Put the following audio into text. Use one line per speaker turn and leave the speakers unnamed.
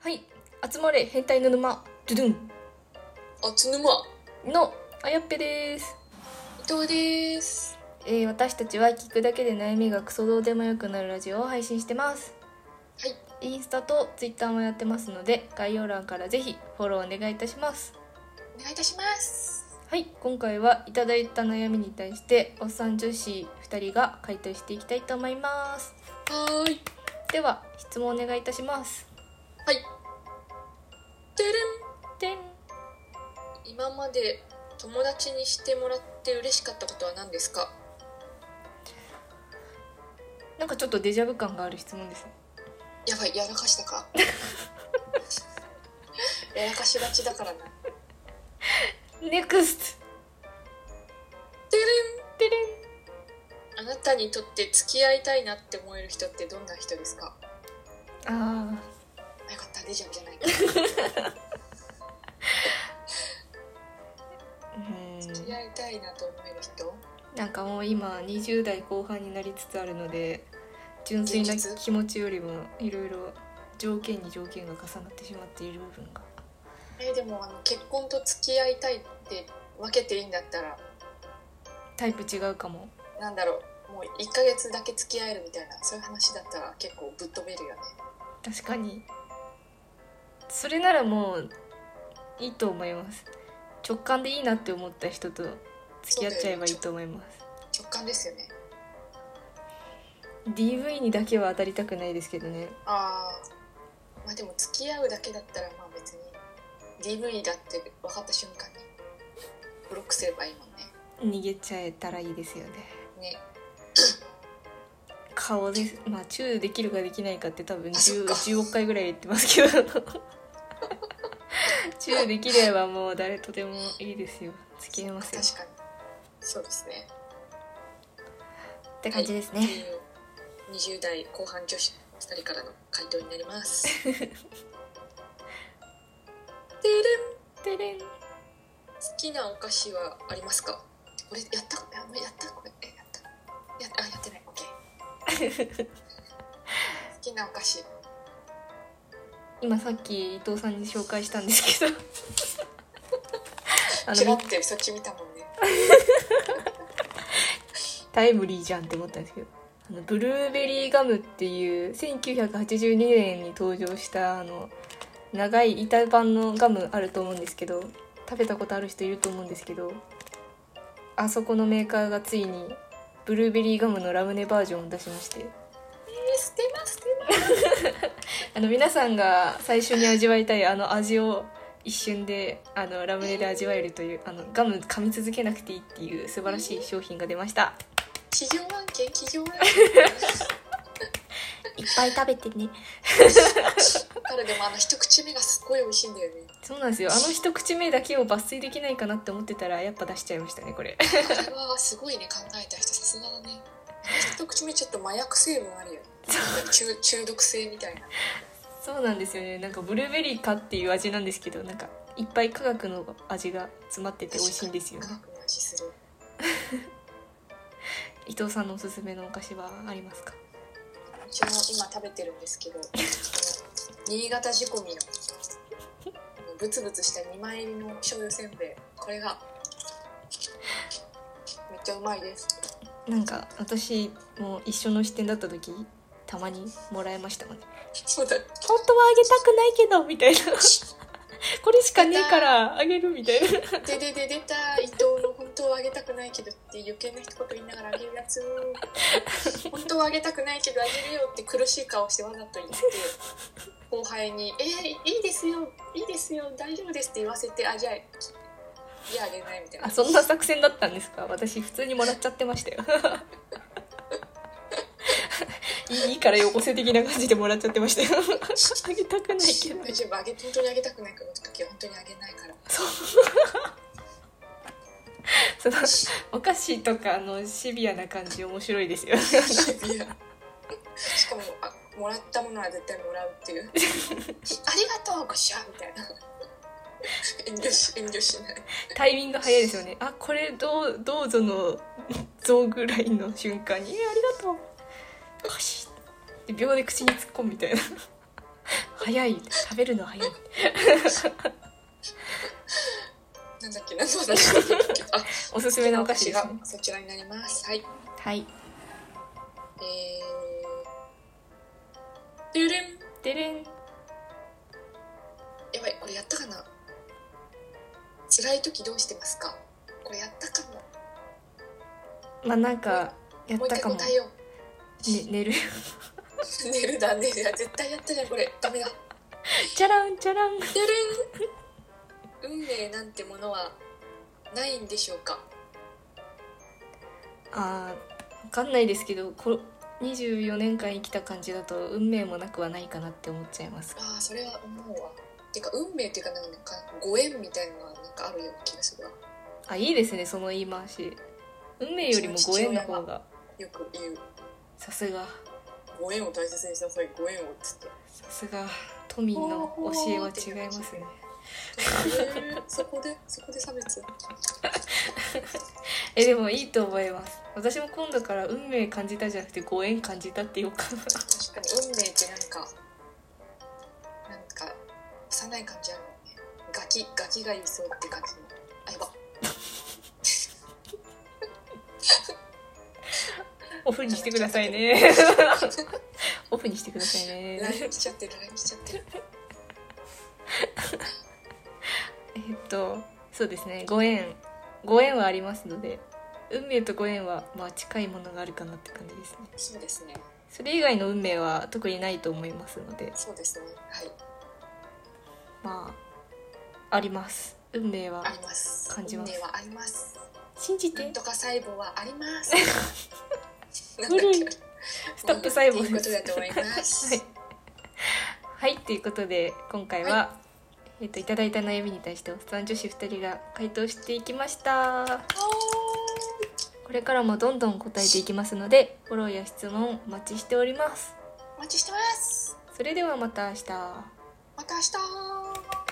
はい集まれ変態の沼ドゥドゥ
あつぬま
ンのあやっぺです、
伊藤です
えー私たちは聞くだけで悩みがクソどうでもよくなるラジオを配信してます
はい
インスタとツイッターもやってますので概要欄からぜひフォローお願いいたします
お願いいたします
はい今回はいただいた悩みに対しておっさん女子2人が回答していきたいと思います
はーい
では質問お願いいたします
はいてれ
てん
ん今まで友達にしてもらって嬉しかったことは何ですか
なんかちょっとデジャブ感がある質問ですね
やばいやらかした かやらかしがちだからな
ネクス
てれ
トてれん
んあなたにとって付き合いたいなって思える人ってどんな人ですか
ああ
あよかったデジャブじゃないか付き合いたいなと思える人
なんかもう今20代後半になりつつあるので純粋な
現実
気持ちよりもいろいろ条件に条件が重なってしまっている部分が
えでもあの結婚と付き合いたいって分けていいんだったら
タイプ違うかも
なんだろうもう1ヶ月だけ付き合えるみたいなそういう話だったら結構ぶっ飛べるよね
確かにそれならもういいと思います直感でいいなって思った人と付き合っちゃえばいいと思います
直感ですよね
DV にだけは当たりたくないですけどね
ああまあでも付き合うだけだったらまあ別に DV だって分かった瞬間にブロックすればいいもんね
逃げちゃえたらいいですよね
ね
顔ですまあチューできるかできないかって多分
あそっ
10,
か
10億回ぐらい言ってますけど チューできればもう誰とでもいいですよ付き合いますよ
確かにそうですね
って感じですね、
うん20代後半女子2人からの回答になりますてれん
てれん
好きなお菓子はありますかこれやったやもうやったこれえやったやあやってないオッケー好きなお菓子
今さっき伊藤さんに紹介したんです けどあ
チラ
の
ってそっち見たもんね
タイムリーじゃんって思ったんですけどあのブルーベリーガムっていう1982年に登場したあの長い板板のガムあると思うんですけど食べたことある人いると思うんですけどあそこのメーカーがついにブルーベリーガムのラムネバージョンを出しまして
えー、捨てます捨てます
あの皆さんが最初に味わいたいあの味を一瞬であのラムネで味わえるというあのガム噛み続けなくていいっていう素晴らしい商品が出ました
企業案件企業案
いっぱい食べてね
件からでもあの一口目がすっごい美味しいんだよね
そうなんですよあの一口目だけを抜粋できないかなって思ってたらやっぱ出しちゃいましたねこれ
これはすごいね考えた人さすがだね一口目ちょっと麻薬成分あるよね中中毒性みたいな
そうなんですよねなんかブルーベリーかっていう味なんですけどなんかいっぱい科学の味が詰まってて美味しいんですよね
科学の味する
伊藤さんのおすすめのお菓子はありますか
うちも今食べてるんですけどあの新潟仕込みのあのブツブツした2枚入りの醤油せんべいこれがめっちゃうまいです
なんか私も一緒の視点だった時たまにもらえましたもんね
そうだ
本当はあげたくないけどみたいな これしかねえからあげるみたいな
ででで出た伊藤の本当はあげたくないけどって余計な一言言いながらあげるやつ本当はあげたくないけどあげるよって苦しい顔してわざと言って後輩に「えー、いいですよいいですよ大丈夫です」って言わせて「あじゃあいやあげない」みたいな
あそんな作戦だったんですか私普通にもらっちゃってましたよ いいいいからよこせ的な感じでもらっちゃってましたよあげたくないけど
大丈夫あげ本当にあげたくないから時は本当にあげないから
そのお菓子とかのシビアな感じ面白いですよ
いやしかもあもらったものは絶対もらうっていうありがとうごしゃみたいな遠慮し遠慮しない
タイミング早いですよねあこれどうどうぞの像ぐらいの瞬間に「えありがとう」お菓子って秒で口に突っ込むみたいなは 早い食べるの早い
なんだっけ何の話だっけあ
おすす
お
めのお菓子です
が
ね
そちらになりますはい
はい
えーてるれん
でれん
やばい俺やったかな辛い時どうしてますかこれやったかも
まあなんかやっ
もう
た
一
か
回
も、
答えよう
ね、寝 る
寝るだ寝るだ絶対やったじゃんこれダメだ
チャランチャラン
てるん運命なんてものはないんでしょうか
あーわかんないですけどこ24年間生きた感じだと運命もなくはないかなって思っちゃいます
ああそれは思うわてか運命っていうかなんかご縁みたいなのはなんかあるような気がするわ
あいいですねその言い回し運命よりもご縁の方が
よく言う
さすが
ご縁を大切にしなさいご縁をっつって
さすが都民の教えは違いますね
へーそこでそこで差別
えでもいいと思います私も今度から運命感じたじゃなくてご縁感じたって言おうかな
確かに運命ってなんかなんか幼い感じあるもんねガキガキがいそうって感じのあやば
オフにしてくださいね オフにしてくださいね
LINE 来ちゃってる LINE 来ちゃってる
えっとそうですねご縁ご縁はありますので運命とご縁はまあ近いものがあるかなって感じですね
そうですね
それ以外の運命は特にないと思いますので
そうですねはい
まああります運命は
あります
感じます
運命はあります
信じ
な
て
んとか細胞はあります な
古い
んだっけ
ストップ細
という
胞
こ
で
と
す
だと思います
はい、はい、ということで今回は、えっといただいた悩みに対しておっさん女子2人が回答していきましたこれからもどんどん答えていきますのでフォローや質問お待ちしております
お待ちしてます
それではまた明日
また明日